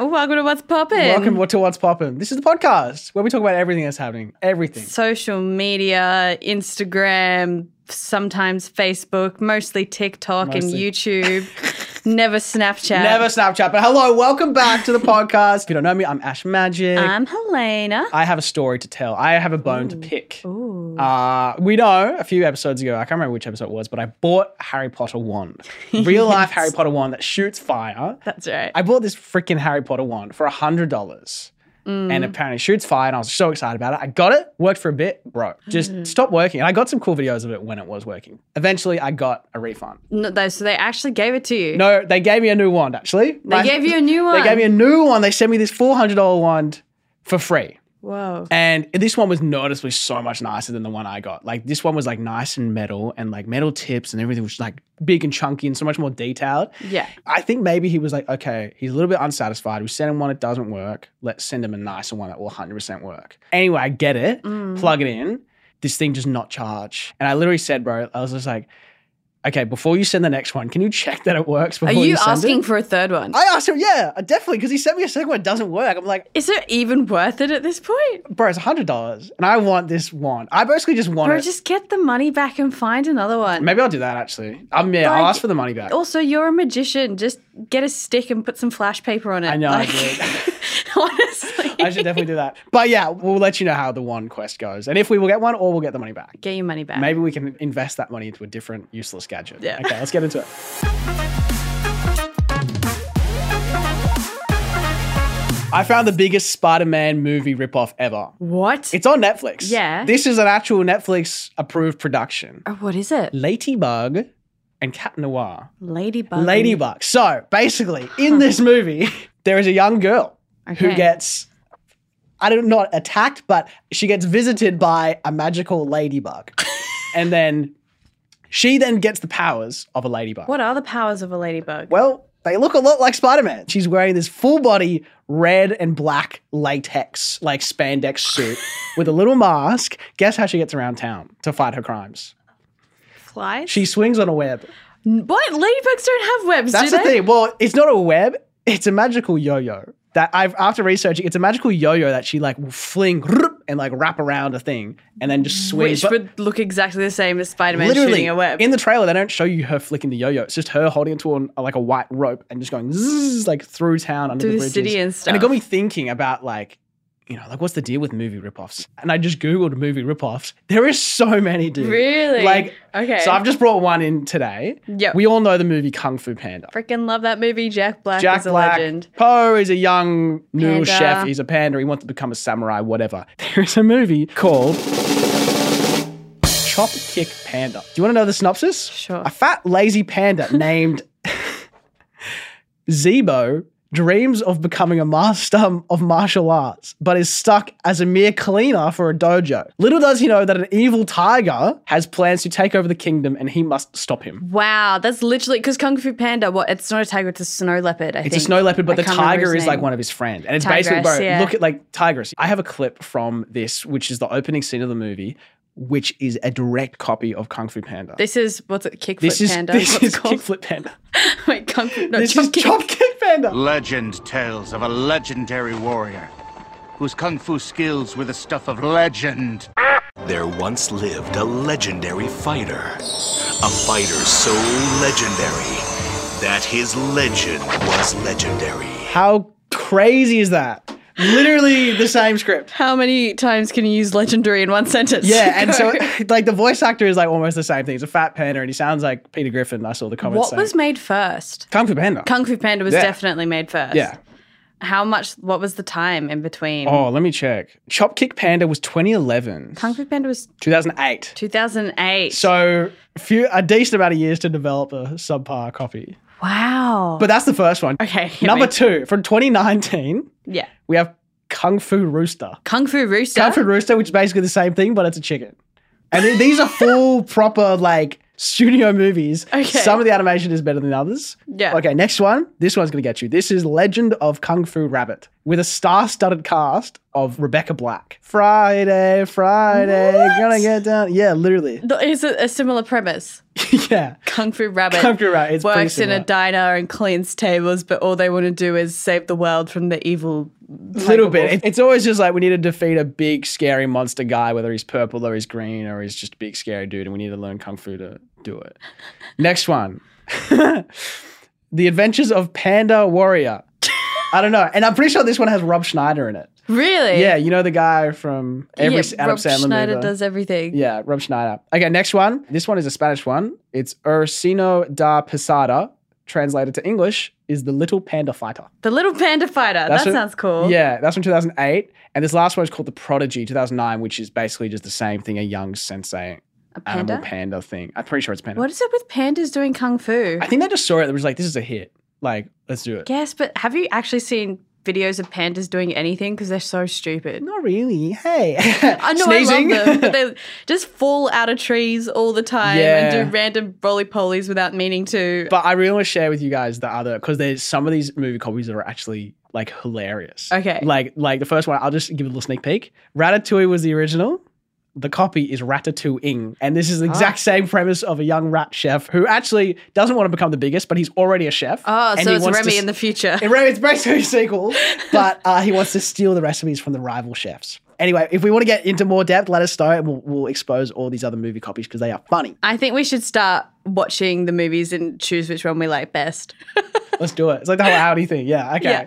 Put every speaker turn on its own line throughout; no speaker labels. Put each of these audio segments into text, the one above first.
welcome to What's Poppin'.
Welcome to What's Poppin'. This is the podcast where we talk about everything that's happening. Everything.
Social media, Instagram, sometimes Facebook, mostly TikTok and
Mostly.
YouTube. Never Snapchat.
Never Snapchat, but hello, welcome back to the podcast. If you don't know me, I'm Ash Magic.
I'm Helena.
I have a story to tell. I have a bone to pick.
Ooh.
Uh, we know a few episodes ago, I can't remember which episode it was, but I bought a Harry Potter wand. Real life Harry Potter wand that shoots fire.
That's right.
I bought this freaking Harry Potter wand for $100.
Mm.
And apparently it shoots fire, and I was so excited about it. I got it, worked for a bit, broke. Just
Mm.
stopped working. And I got some cool videos of it when it was working. Eventually, I got a refund.
No, though, so they actually gave it to you.
No, they gave me a new wand, actually.
They gave you a new one.
They gave me a new one. They sent me this $400 wand for free.
Whoa.
And this one was noticeably so much nicer than the one I got. Like this one was like nice and metal and like metal tips and everything was like big and chunky and so much more detailed.
Yeah.
I think maybe he was like, okay, he's a little bit unsatisfied. We sent him one that doesn't work. Let's send him a nicer one that will 100% work. Anyway, I get it.
Mm.
Plug it in. This thing does not charge. And I literally said, bro, I was just like, okay, before you send the next one, can you check that it works
Are
before
you
send
asking
it?
for a third one?
I asked him, yeah, definitely, because he sent me a second one that doesn't work. I'm like,
Is it even worth it at this point?
bro, it's hundred dollars, and I want this one. I basically just want
Bro,
it.
just get the money back and find another one.
Maybe I'll do that actually. Um, yeah, I'll
Like-
ask for the money back.
Also, you're a magician. Just get a stick and put some flash paper on it.
I know I
Like,
did.
honestly.
I should definitely do that. But yeah, we'll let you know how the one quest goes, and if we will get one, or we'll get the money back.
Get your money back.
Maybe we can invest that money into a different useless gadget.
Yeah.
Okay, let's get into it. I found the biggest Spider-Man movie ripoff ever.
What?
It's on Netflix.
Yeah.
This is an actual Netflix approved production.
Oh, what is it?
Ladybug and Cat Noir.
Ladybug.
Ladybug. So basically, in this movie, there is a young girl who
Okay.
gets, I don't not attacked, but she gets visited by a magical ladybug, and then she then gets the powers of a ladybug.
What are the powers of a ladybug?
Well, they look a lot like Spider Man. She's wearing this full body red and black latex, like spandex suit with a little mask. Guess how she gets around town to fight her crimes?
Flies?
She swings on a web.
what? Ladybugs don't have webs,
That's
do
the
they?
thing. Well, it's not a web. It's a magical yo-yo that I've after researching. It's a magical yo-yo that she like will fling and like wrap around a thing and then just swing.
Which
But
would look exactly the same as Spider Man
literally
shooting a web.
in the trailer, they don't show you her flicking the yo-yo. It's just her holding it to an, like a white rope and just going zzz, like through town under
Through
the
the
bridges.
city and
And it
stuff.
got me thinking about like. You know, like what's the deal with movie ripoffs? And I just googled movie ripoffs. There is so many, dude.
Really?
Like,
Okay.
So I've just brought one in today.
Yep.
We all know the movie Kung Fu Panda.
Freaking love that movie. Jack Black
Jack
is a
Black.
legend.
Poe is a young noodle
Panda.
chef. He's a panda. He wants to become a samurai, whatever. There is a movie called Chop Kick Panda. Do you want to know the synopsis?
Sure.
A fat, lazy panda named Zebo dreams of becoming a master of martial arts, but is stuck as a mere cleaner for a dojo. Little does he know that an evil tiger has plans to take over the kingdom and he must stop him.
Wow, that's literally because Kung Fu Panda. What? It's not a tiger; it's a snow leopard. I
It's
think.
a snow leopard, but
I
the
can't remember
tiger
his
is like
name.
one of his friends. And it's
Tigress,
basically, bro,
yeah.
look at like tigress. I have a clip from this, which is the opening scene of the movie, which is a direct copy of Kung Fu Panda.
This is what's it? Kickflip
This is
Panda.
this
what's
is
it called?
Kickflip Panda.
Wait, Kung Fu. No,
this
Chop
is
Kick.
Chop Kick Panda.
Legend tells of a legendary warrior whose kung fu skills were the stuff of legend.
There once lived a legendary fighter. A fighter so legendary that his legend was legendary.
How crazy is that? Literally the same script.
How many times can you use legendary in one sentence?
Yeah, and
Go.
so like the voice actor is like almost the same thing. He's a fat panda, and he sounds like Peter Griffin. I saw the comments.
what
saying.
was made first?
Kung Fu Panda?
Kung Fu Panda was
Yeah.
definitely made first.
yeah.
How much? What was the time in between?
Oh, let me check. Chop Kick Panda was 2011,
Kung Fu Panda was
2008.
2008.
So few a decent amount of years to develop a subpar copy.
wow.
But that's the first one.
okay, hit
Number
me.
two from 2019,
yeah,
we have Kung Fu Rooster.
Kung Fu Rooster.
Kung Fu Rooster, which is basically the same thing, but it's a chicken. And th- these are full proper like studio movies.
Okay.
Some of the animation is better than others.
Yeah.
Okay, next one. This one's gonna get you. This is Legend of Kung Fu Rabbit. with a star-studded cast of Rebecca Black. Friday, Friday, gonna get down. Yeah, literally.
Th- Is it a similar premise?
yeah.
Kung Fu Rabbit
Kung Fu Rabbit, it's pretty
works in a
similar.
diner and cleans tables, but all they want to do is save the world from the evil.
little bit. It- It's always just like we need to defeat a big scary monster guy, whether he's purple or he's green or he's just a big scary dude, and we need to learn kung fu to do it. Next one, The Adventures of Panda Warrior. I don't know, and I'm pretty sure this one has Rob Schneider in it.
Really?
Yeah, you know the guy from every
Yeah,
Adam
Rob
Sandler
Schneider
movie.
does everything.
Yeah, Rob Schneider. Okay, next one. This one is a Spanish one. It's Ursino da Posada, translated to English, is the Little Panda Fighter.
The little panda fighter.
That's
that
it.
sounds cool.
Yeah, that's from 2008. And this last one is called The Prodigy 2009, which is basically just the same thing a young sensei
A panda.
animal panda thing. I'm pretty sure it's panda.
What is it with pandas doing kung fu?
I think they just saw it. They were just like, this is a hit. Like, let's do it.
Yes, but have you actually seen videos of pandas doing anything? Because they're so stupid.
Not really. Hey.
I know
Sneezing.
I love them, but they just fall out of trees all the time
Yeah.
and do random roly polies without meaning to.
But I really want to share with you guys the other because there's some of these movie copies that are actually like hilarious.
Okay.
Like like the first one, I'll just give a little sneak peek. Ratatouille was the original. The copy is Ratatouille, and this is the
Ah.
exact same premise of a young rat chef who actually doesn't want to become the biggest, but he's already a chef.
oh,
and
so
he
it's
wants to
Remy
s-
in the future.
It- Remy, It's basically a sequel, but uh, he wants to steal the recipes from the rival chefs. Anyway, if we want to get into more depth, let us know, and we'll, we'll expose all these other movie copies because they are funny.
I think we should start watching the movies and choose which one we like best.
Let's do it. It's like the whole Audi thing. Yeah. Okay.
Yeah.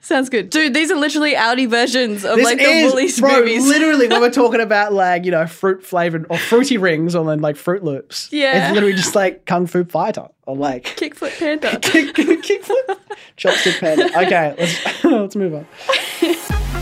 Sounds good. Dude, these are literally Audi versions of like the Woolies
bro,
movies.
literally when we're talking about like you know fruit flavored or fruity rings or then like Fruit Loops.
Yeah.
it's literally just like Kung Fu Fighter or like
Kickflip Panda.
kick, kickflip, chopstick panda. Okay, let's let's move on.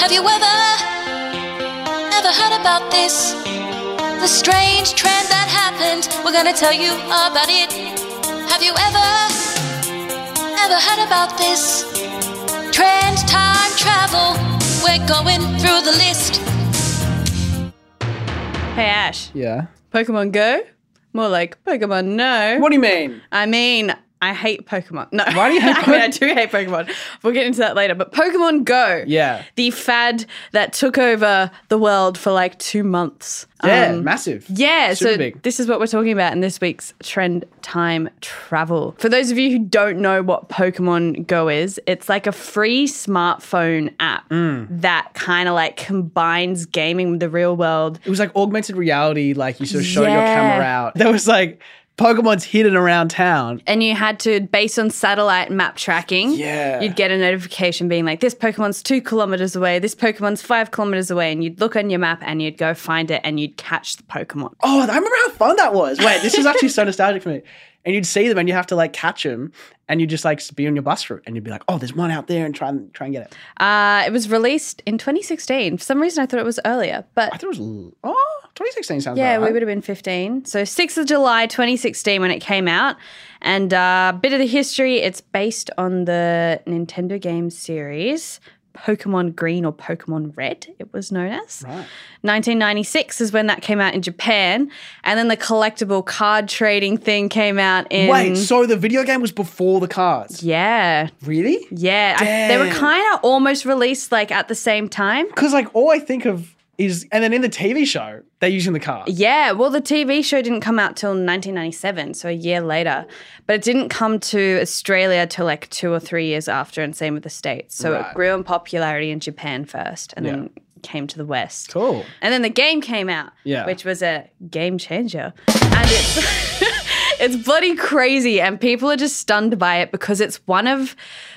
Have you ever, ever heard about this? The strange trend that happened, we're gonna tell you about it. Have you ever, ever heard about this? Trend time travel, we're going through the list.
Hey Ash,
Yeah.
Pokemon Go? More like Pokemon No.
What do you mean?
I mean, I hate Pokemon. No.
Why do you hate
I mean, I do hate Pokemon. We'll get into that later. But Pokemon Go.
Yeah.
The fad that took over the world for like two months.
Yeah,
Um,
massive.
yeah,
Super
so
big.
this is what we're talking about in this week's trend time travel. For those of you who don't know what Pokemon Go is, it's like a free smartphone app
Mm.
that kind of like combines gaming with the real world.
It was like augmented reality. Like you sort of show your
Yeah.
camera out. There was like Pokemon's hidden around town.
and you had to, based on satellite map tracking,
Yeah.
you'd get a notification being like, this Pokemon's two kilometers away, this Pokemon's five kilometers away. And you'd look on your map and you'd go find it and you'd catch the Pokemon.
Oh, I remember how fun that was. Wait, this is actually so nostalgic for me. And you'd see them, and you have to like catch them, and you just like be on your bus route, and you'd be like, "Oh, there's one out there," and try and try and get it.
Uh, it was released in 2016. For some reason, I thought it was earlier,
I
but
thought it was l- oh, 2016 sounds
yeah,
about
we
right.
would have been 15. So 6th of July, 2016, when it came out. And uh, bit of the history, it's based on the Nintendo game series. Pokemon Green or Pokemon Red, it was known as.
Right.
1996 is when that came out in Japan, and then the collectible card trading thing came out in.
Wait, so the video game was before the cards?
yeah,
Really?
yeah, I- they were
Damn.
kind of almost released like at the same time.
Because like all I think of is, and then in the TV show they're using the cards.
Yeah, well, the TV show didn't come out till 1997, so a year later, but it didn't come to Australia till like two or three years after, and same with the States. So
Right.
it grew in popularity in Japan first, and then came to the West.
Cool.
And then the game came out,
Yeah.
which was a game changer. And it's it's bloody crazy and people are just stunned by it because it's one of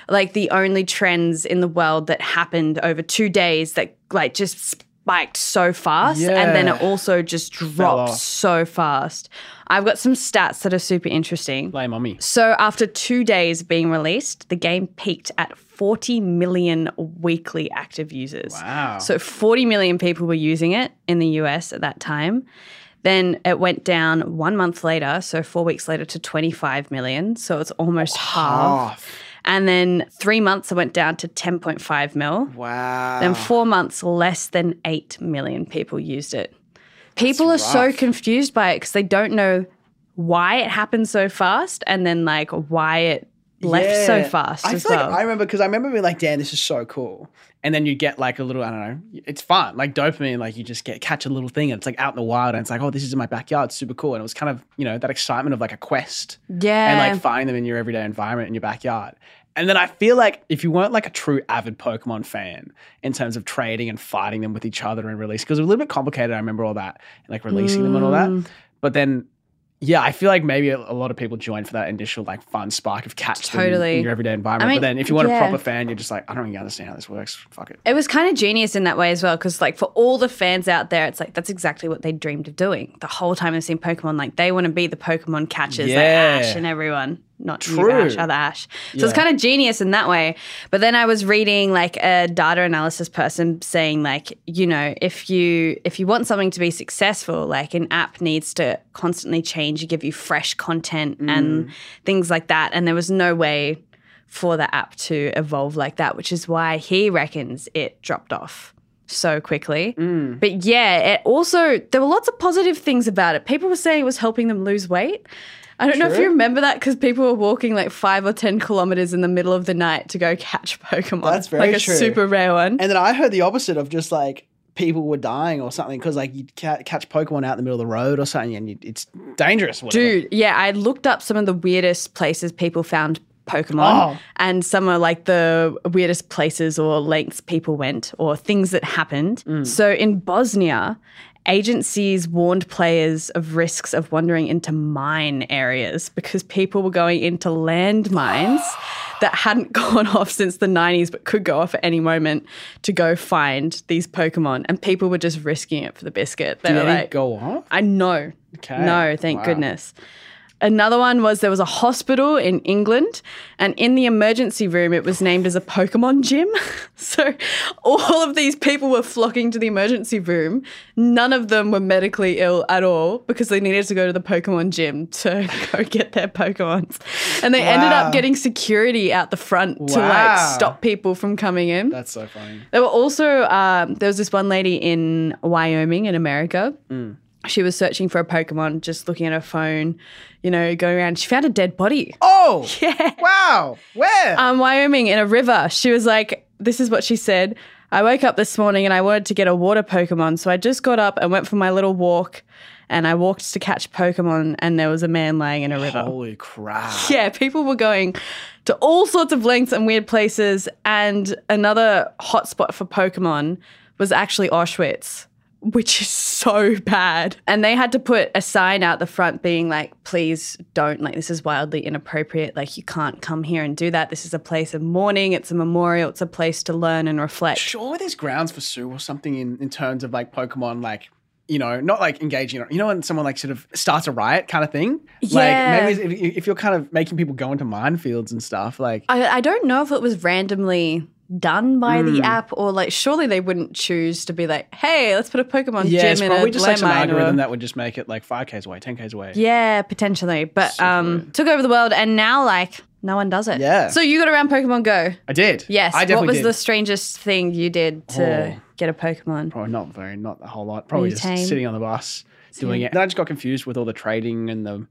like the only trends in the world that happened over 2 days that like just spiked so fast and then
Yeah.
it also just
off.
dropped so fast. I've got some stats that are super interesting.
Lame on me.
So after 2 days being released, the game peaked at 40 million weekly active users.
Wow.
So 40 million people were using it in the US at that time. Then it went down one month later, so four weeks later, to 25 million. So it's almost half. And then three months, it went down to 10.5 mil.
Wow.
Then four months, less than 8 million people used it. People are so confused by it because they don't know why it happened so fast and then like why it left so
Yeah.
fast
I
as
feel like
well.
I remember because I remember being like, "Damn, this is so cool," and then you get like a little, I don't know, it's fun, like dopamine, like you just get catch a little thing, and it's like out in the wild, and it's like, "Oh, this is in my backyard, it's super cool," and it was kind of you know that excitement of like a quest,
yeah.
and like finding them in your everyday environment in your backyard. And then I feel like if you weren't like a true avid Pokemon fan in terms of trading and fighting them with each other and release, because it was a little bit complicated. I remember all that, and like releasing them and all
Mm.
that. But then, yeah, I feel like maybe a, a lot of people join for that initial like fun spark of catch them in-
Totally.
in your everyday environment.
I mean,
but then if you weren't
yeah.
a proper fan, you're just like, I don't really understand how this works. Fuck it.
It was kind of genius in that way as well, because like for all the fans out there, it's like that's exactly what they dreamed of doing the whole time they've seen Pokemon. Like they want to be the Pokemon catchers, like Ash
Yeah.
and everyone, not True.
True.
Ash, other Ash. So it's
Yeah.
kind of genius in that way. But then I was reading like a data analysis person saying like you know if you if you want something to be successful, like an app needs to constantly change, give you fresh content
Mm.
and things like that. And there was no way for the app to evolve like that, which is why he reckons it dropped off so quickly.
Mm.
But yeah, it also, there were lots of positive things about it. People were saying it was helping them lose weight. I don't know if you remember that because people were walking like five or 10 kilometers in the middle of the night to go catch Pokemon.
That's very
Like a
true.
super rare one.
And then I heard the opposite of just like people were dying or something because like you ca- catch Pokemon out in the middle of the road or something, and you, it's dangerous. whatever.
Dude, yeah, I looked up some of the weirdest places people found Pokemon,
Oh.
and some are like the weirdest places or lengths people went or things that happened. So in Bosnia, agencies warned players of risks of wandering into mine areas because people were going into landmines. That hadn't gone off since the 90s, but could go off at any moment to go find these Pokemon. And people were just risking it for the biscuit. They
Did
were
any
like,
go on?
I know.
Okay.
No, thank
Wow.
goodness. Another one was there was a hospital in England, and in the emergency room, it was named as a Pokemon gym. so all of these people were flocking to the emergency room. None of them were medically ill at all because they needed to go to the Pokemon gym to go get their Pokemons. And they ended up
Wow.
getting security out the front to like
Wow.
stop people from coming in.
That's so funny.
There were also um, there was this one lady in Wyoming in America. She was searching for a Pokemon, just looking at her phone, you know, going around. She found a dead body.
Oh, yeah. Wow. Where?
Um, Wyoming in a river. She was like, "This is what she said." I woke up this morning and I wanted to get a water Pokemon, so I just got up and went for my little walk, and I walked to catch Pokemon, and there was a man lying in a river.
Holy crap.
yeah, people were going to all sorts of lengths and weird places. And another hotspot for Pokemon was actually Auschwitz, which is so bad. And they had to put a sign out the front being like, please don't, like, this is wildly inappropriate. Like, you can't come here and do that. This is a place of mourning, it's a memorial, it's a place to learn and reflect.
Sure, there's grounds for sue or something in, in terms of like Pokemon, like, you know, not like engaging, you know, when someone like sort of starts a riot kind of thing.
Yeah.
Like, maybe if, if you're kind of making people go into minefields and stuff, like,
I, I don't know if it was randomly done by
Hmm.
the app or like surely they wouldn't choose to be like hey let's put a pokemon
yeah, it's
gym in
probably
a
just like some
landmine or-
algorithm that would just make it like 5Ks away, 10Ks away.
Yeah, potentially. But um, took over the world, and now like no one does it.
Yeah.
So you got around Pokemon Go.
I did.
Yes.
I
what
definitely
was
did.
the strangest thing you did to
Oh.
get a Pokemon?
Probably not very, not a whole lot. Probably
you
just
tame?
sitting on the bus doing it. Then I just got confused with all the trading and the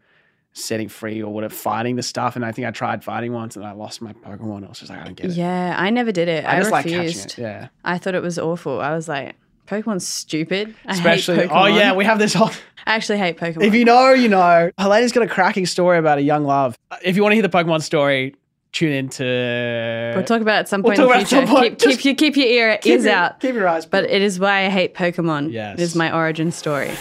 setting free or whatever, fighting the stuff. And I think I tried fighting once and I lost my Pokemon. I was just like, I don't get it.
Yeah, I never did it. I,
I just like catching
refused.
it. Yeah.
I thought it was awful. I was like, Pokemon's stupid. I
Especially,
hate
oh
Pokemon.
yeah, we have this whole.
I actually hate Pokemon.
If you know, you know. Helena's got a cracking story about a young love. Uh, If you want to hear the Pokemon story, tune in to.
we'll talk about it at some
We'll
point in the
talk about it at
future.
some point.
Keep, keep
Just
your keep your ear
Keep
ears
your-
out.
Keep your eyes.
but it is why I hate Pokemon.
Yes.
It is my origin story.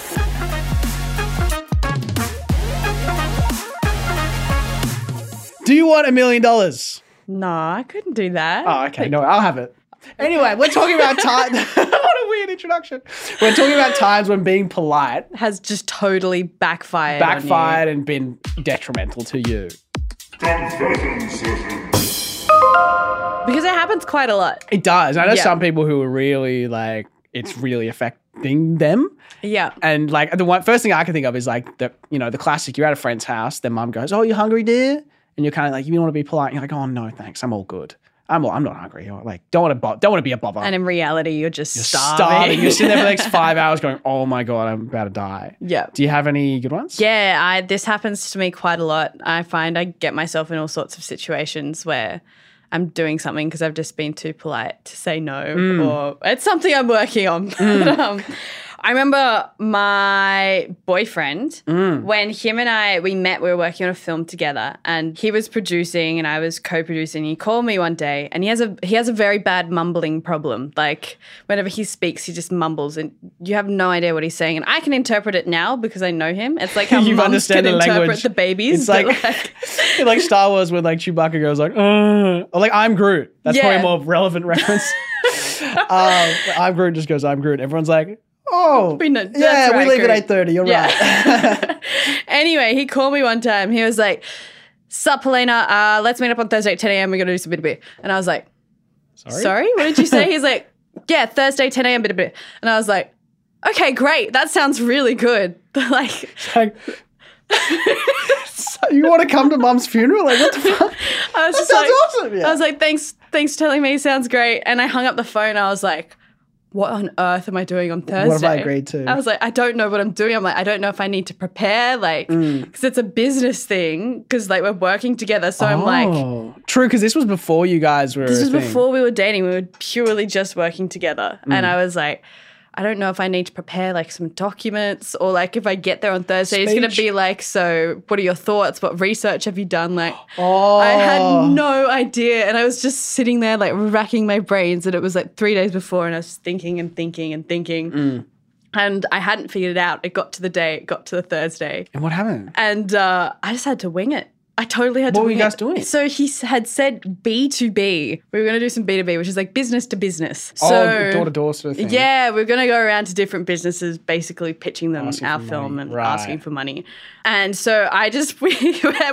do you want a million dollars?
No, I couldn't do that.
Oh, okay. No, I'll have it. Anyway, we're talking about time. what a weird introduction. We're talking about times when being polite
Has just totally backfired. on you.
backfired and been detrimental to you.
Because it happens quite a lot.
It does. I know
Yeah.
some people who are really like, it's really affecting them.
Yeah.
And like the one, first thing I can think of is like the you know the classic. You're at a friend's house, their mum goes, "Oh, you hungry, dear?" And you're kind of like, you want to be polite. And you're like, "Oh no, thanks, I'm all good. I'm all, I'm not hungry." You're like, don't want to bo- don't want to be a bother.
And in reality, you're just starving.
You're sitting there for the next five hours, going, "Oh my god, I'm about to die."
yeah.
Do you have any good ones?
Yeah, I this happens to me quite a lot. I find I get myself in all sorts of situations where I'm doing something because I've just been too polite to say no,
Mm.
or it's something I'm working on. But, um, I remember my boyfriend
Mm.
when him and I we met. We were working on a film together, and he was producing and I was co-producing. He called me one day, and he has a he has a very bad mumbling problem. Like whenever he speaks, he just mumbles, and you have no idea what he's saying. And I can interpret it now because I know him. It's like how
You
you mums
understand
can
the
interpret
language.
the babies.
It's
but,
like- like Star Wars, where like Chewbacca goes like, "Uh," or like I'm Groot. That's
Yeah.
probably more relevant reference. um, I'm Groot just goes, "I'm Groot." Everyone's like, "Oh,
We know-
yeah,
that's right,
we leave
Groot."
at eight thirty. You're right."
anyway, he called me one time. He was like, Sup, Helena, uh, let's meet up on Thursday at 10 a.m. We're going to do some bit of bit. And I was like, Sorry? What did you say? He's like, Yeah, Thursday, 10 a.m. bit of bit. And I was like, Okay, great. That sounds really good. like,
Like, so you want to come to Mum's funeral? Like, what the fuck?
I was just
sounds
like,
awesome, yeah.
I was like, Thanks, thanks for telling me. Sounds great. And I hung up the phone. I was like, what on earth am I doing on Thursday?
have I agreed to?
I was like, I don't know what I'm doing. I'm like, I don't know if I need to prepare, like, because
Mm.
it's a business thing. Because like we're working together, so I'm like,
oh, true, because this was before you guys were.
This
a
was
thing. Mm.
before we were dating. We were purely just working together. And I was like, I don't know if I need to prepare like some documents or like if I get there on Thursday, it's going to
Speech.
be like, so what are your thoughts? What research have you done? Like,
Oh,
I had no idea. And I was just sitting there like racking my brains. And it was like three days before, and I was thinking and thinking and thinking.
Mm.
And I hadn't figured it out. It got to the day, it got to the Thursday
And what happened?
and uh, I just had to wing it. I totally had to.
What were
wing
you guys
it.
doing?
So he s- had said B two B. We were going to do some B two B, which is like business to business.
oh,
So
door to door sort of thing.
Yeah, we are going to go around to different businesses, basically pitching them
Asking
our
for
film
money.
and
Right.
asking for money. And so I just we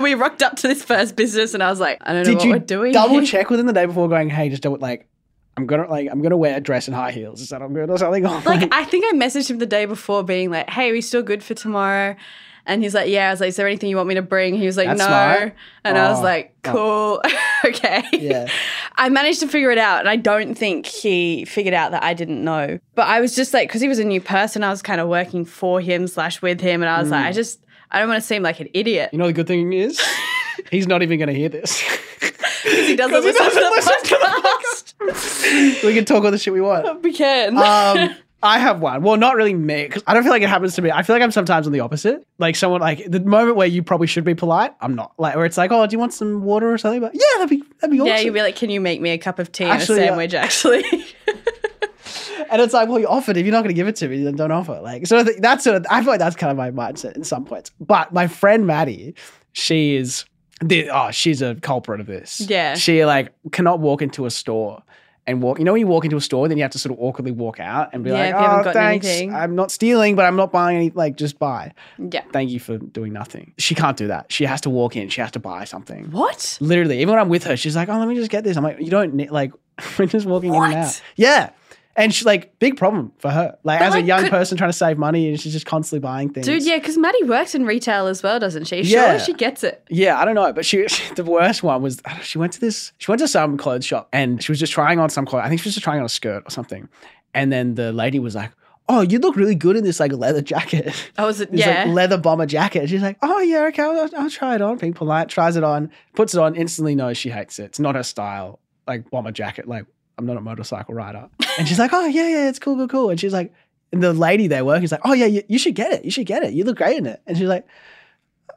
we rocked up to this first business, and I was like, I don't know
Did
what
you
we're doing.
double
here.
check within the day before going, hey, just double like I'm gonna like I'm gonna wear a dress and high heels. Is that all good or something?
Like I think I messaged him the day before, being like, "Hey, are we still good for tomorrow?" And he's like, "Yeah." I was like, "Is there anything you want me to bring?" He was like,
That's
"No,"
smart.
and I was
Oh.
like, "Cool, okay."
Yeah.
I managed to figure it out, and I don't think he figured out that I didn't know. But I was just like, because he was a new person, I was kind of working for him slash with him, and I was like, I just I don't want to seem like an idiot.
Hmm. you know the good thing is? He's not even gonna hear this.
He doesn't
he
listen to
doesn't
the
listen to
podcast.
we can talk all the shit we want.
we can.
Um I have one. Well, not really me, 'cause I don't feel like it happens to me. I feel like I'm sometimes on the opposite. Like someone like the moment where you probably should be polite, I'm not. Like where it's like, oh, do you want some water or something? But yeah, that'd be that'd be awesome.
yeah, you'd be like, "Can you make me a cup of tea
Actually, uh,
and
yeah.
a sandwich?" Actually,
And it's like, well, you offered. If you're not going to give it to me, then don't offer. Like, so th- that's sort of, I feel like that's kind of my mindset in some points. But my friend Maddie, she is, the, oh, she's a culprit of this.
Yeah.
She like cannot walk into a store and walk. You know, when you walk into a store, then you have to sort of awkwardly walk out and be
Yeah,
like,
if you haven't
oh,
gotten
thanks.
anything."
I'm not stealing, but I'm not buying any. Like, just buy.
yeah.
Thank you for doing nothing. She can't do that. She has to walk in. She has to buy something.
What?
Literally, even when I'm with her, she's like, "Oh, let me just get this." I'm like, "You don't need like, we're just walking in and out."
What?
Yeah, and she like big problem for her. Like as a
like,
young
could-
person trying to save money, and she's just constantly buying things.
Dude, yeah, because Maddie works in retail as well, doesn't she?
Yeah.
Surely she gets it.
Yeah, I don't know, but she, she- the worst one was I don't know, she went to this she went to some clothes shop and she was just trying on some clothes. I think she was just trying on a skirt or something, and then the lady was like. Oh, you look really good in this like leather jacket.
Oh, is it-
This,
yeah.
like leather bomber jacket. And she's like, oh yeah, okay, I'll, I'll try it on. Being polite, tries it on, puts it on. Instantly knows she hates it. It's not her style. Like bomber jacket. Like I'm not a motorcycle rider. And she's like, oh yeah, yeah, it's cool, cool, cool. And she's like, and the lady there working is like, oh yeah, you, you should get it. You should get it. You look great in it. And she's like,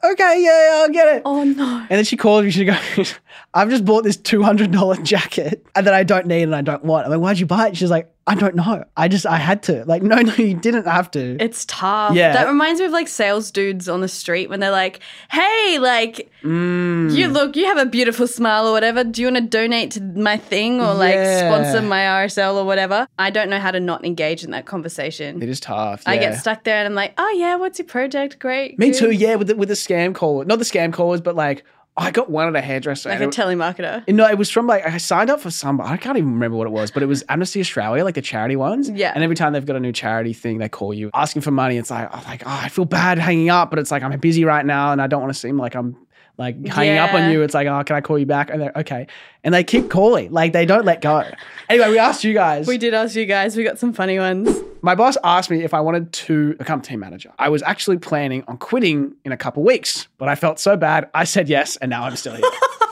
okay, yeah, yeah I'll get it.
Oh no.
And then she called me. She goes, "I've just bought this two hundred dollar jacket and that I don't need and I don't want." I'm like, "Why'd you buy it?" She's like, "I don't know. I just I had to." Like, no, no, you didn't have to.
It's tough.
Yeah.
That reminds me of like sales dudes on the street when they're like, hey, like,
Mm.
you
Hmm.
look, you have a beautiful smile or whatever. Do you want to donate to my thing or like
Yeah.
sponsor my RSL or whatever? I don't know how to not engage in that conversation.
it is tough.
I get
yeah.
stuck there and I'm like, oh yeah, what's your project? Great.
Me
good."
too. Yeah, with the, with the scam call, not the scam callers, but like. I got one at a hairdresser.
Like
and
a
it-
telemarketer.
No, it was from like I signed up for some. I can't even remember what it was, but it was Amnesty Australia, like the charity ones.
Yeah.
And every time they've got a new charity thing, they call you asking for money. It's like I'm like, oh, I feel bad hanging up, but it's like I'm busy right now, and I don't want to seem like I'm like hanging up
Yeah.
on you. It's like, oh, can I call you back? And they're okay, and they keep calling, like they don't let go. Anyway, we asked you guys.
We did ask you guys. We got some funny ones.
My boss asked me if I wanted to become team manager. I was actually planning on quitting in a couple weeks, but I felt so bad. I said yes, and now I'm still here.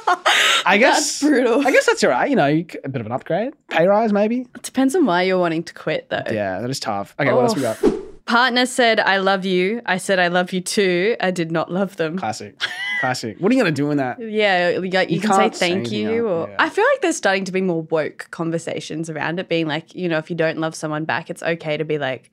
I guess
brutal.
I guess that's all right. You know, you c- a bit of an upgrade, pay rise maybe.
Depends on why you're wanting to quit, though.
Yeah, that is tough. Okay, what else we got?
Oh. Partner said, I love you. I said, I love you too. I did not love them.
Classic, classic. What are you gonna do in that?
Yeah, like you,
You
can say
can't say
thank
anything
you.
else,
Or
yeah.
I feel like there's starting to be more woke conversations around it, being like, you know, if you don't love someone back, it's okay to be like,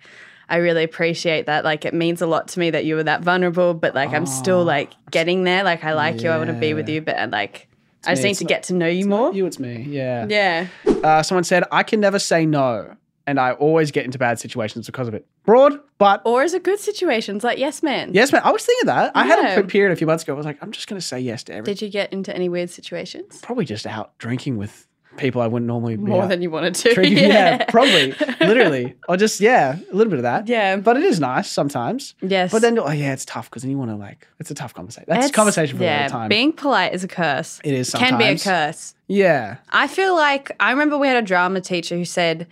I really appreciate that. Like, it means a lot to me that you were that vulnerable, but like, I'm still
Ah,
like getting there. Like, I like you. I want to be with you, but uh, like, I just
me,
need
it's
to
not-
get to know you more.
You, it's me. Yeah.
Yeah.
Uh, someone said I can never say no, and I always get into bad situations because of it. Broad, but
Or is it good situations like yes, man?
yes, man. I was thinking that. I had a
Yeah.
quick period a few months ago. I was like, I'm just gonna say yes to everything.
Did you get into any weird situations?
probably just out drinking with people I wouldn't normally be
More
out
than you wanted to.
drinking. Yeah. probably, literally, or just yeah, a little bit of that.
Yeah.
but it is nice sometimes.
Yes.
But then, oh yeah, it's tough because then you want to like, it's a tough conversation. That's a
It's-
conversation for
yeah,
another time.
Being polite is a curse.
It is
Can be a
sometimes.
curse.
yeah,
I feel like I remember we had a drama teacher who said,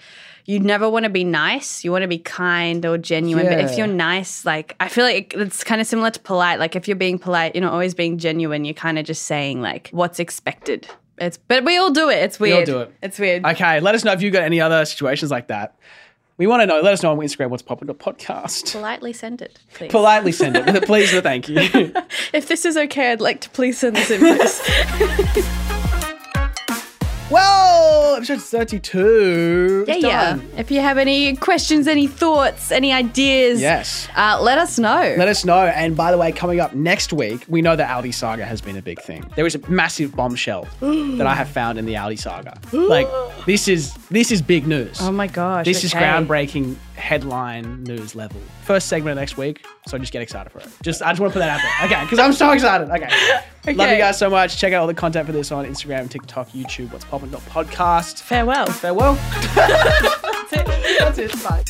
"You never want to be nice. You want to be kind or genuine. But if
Yeah.
you're nice, like I feel like it's kind of similar to polite. Like if you're being polite, you're not always being genuine. You're kind of just saying like what's expected. It's but we all do it. It's
all
weird.
do it.
It's weird.
okay. Let us know if you got any other situations like that. We want to know. Let us know on Instagram what's popular podcast.
Politely send it, please.
Politely send it with a please and a thank you.
if this is okay, I'd like to please send this in. please.
well, episode thirty-two.
yeah,
is
yeah.
done.
If you have any questions, any thoughts, any ideas,
Yes.
uh, let us know.
Let us know. And by the way, coming up next week, we know that Aldi Saga has been a big thing. There is a massive bombshell that I have found in the Aldi Saga. like this is this is big news.
oh my gosh,
this is
okay.
groundbreaking headline news level. First segment next week, so just get excited for it. Just I just want to put that out there. Okay, because I'm so excited. Okay. Love
Okay.
you guys so much. Check out all the content for this on Instagram, TikTok, YouTube, what's poppin' podcast.
Farewell.
Farewell.
That's it.
That's it. Bye.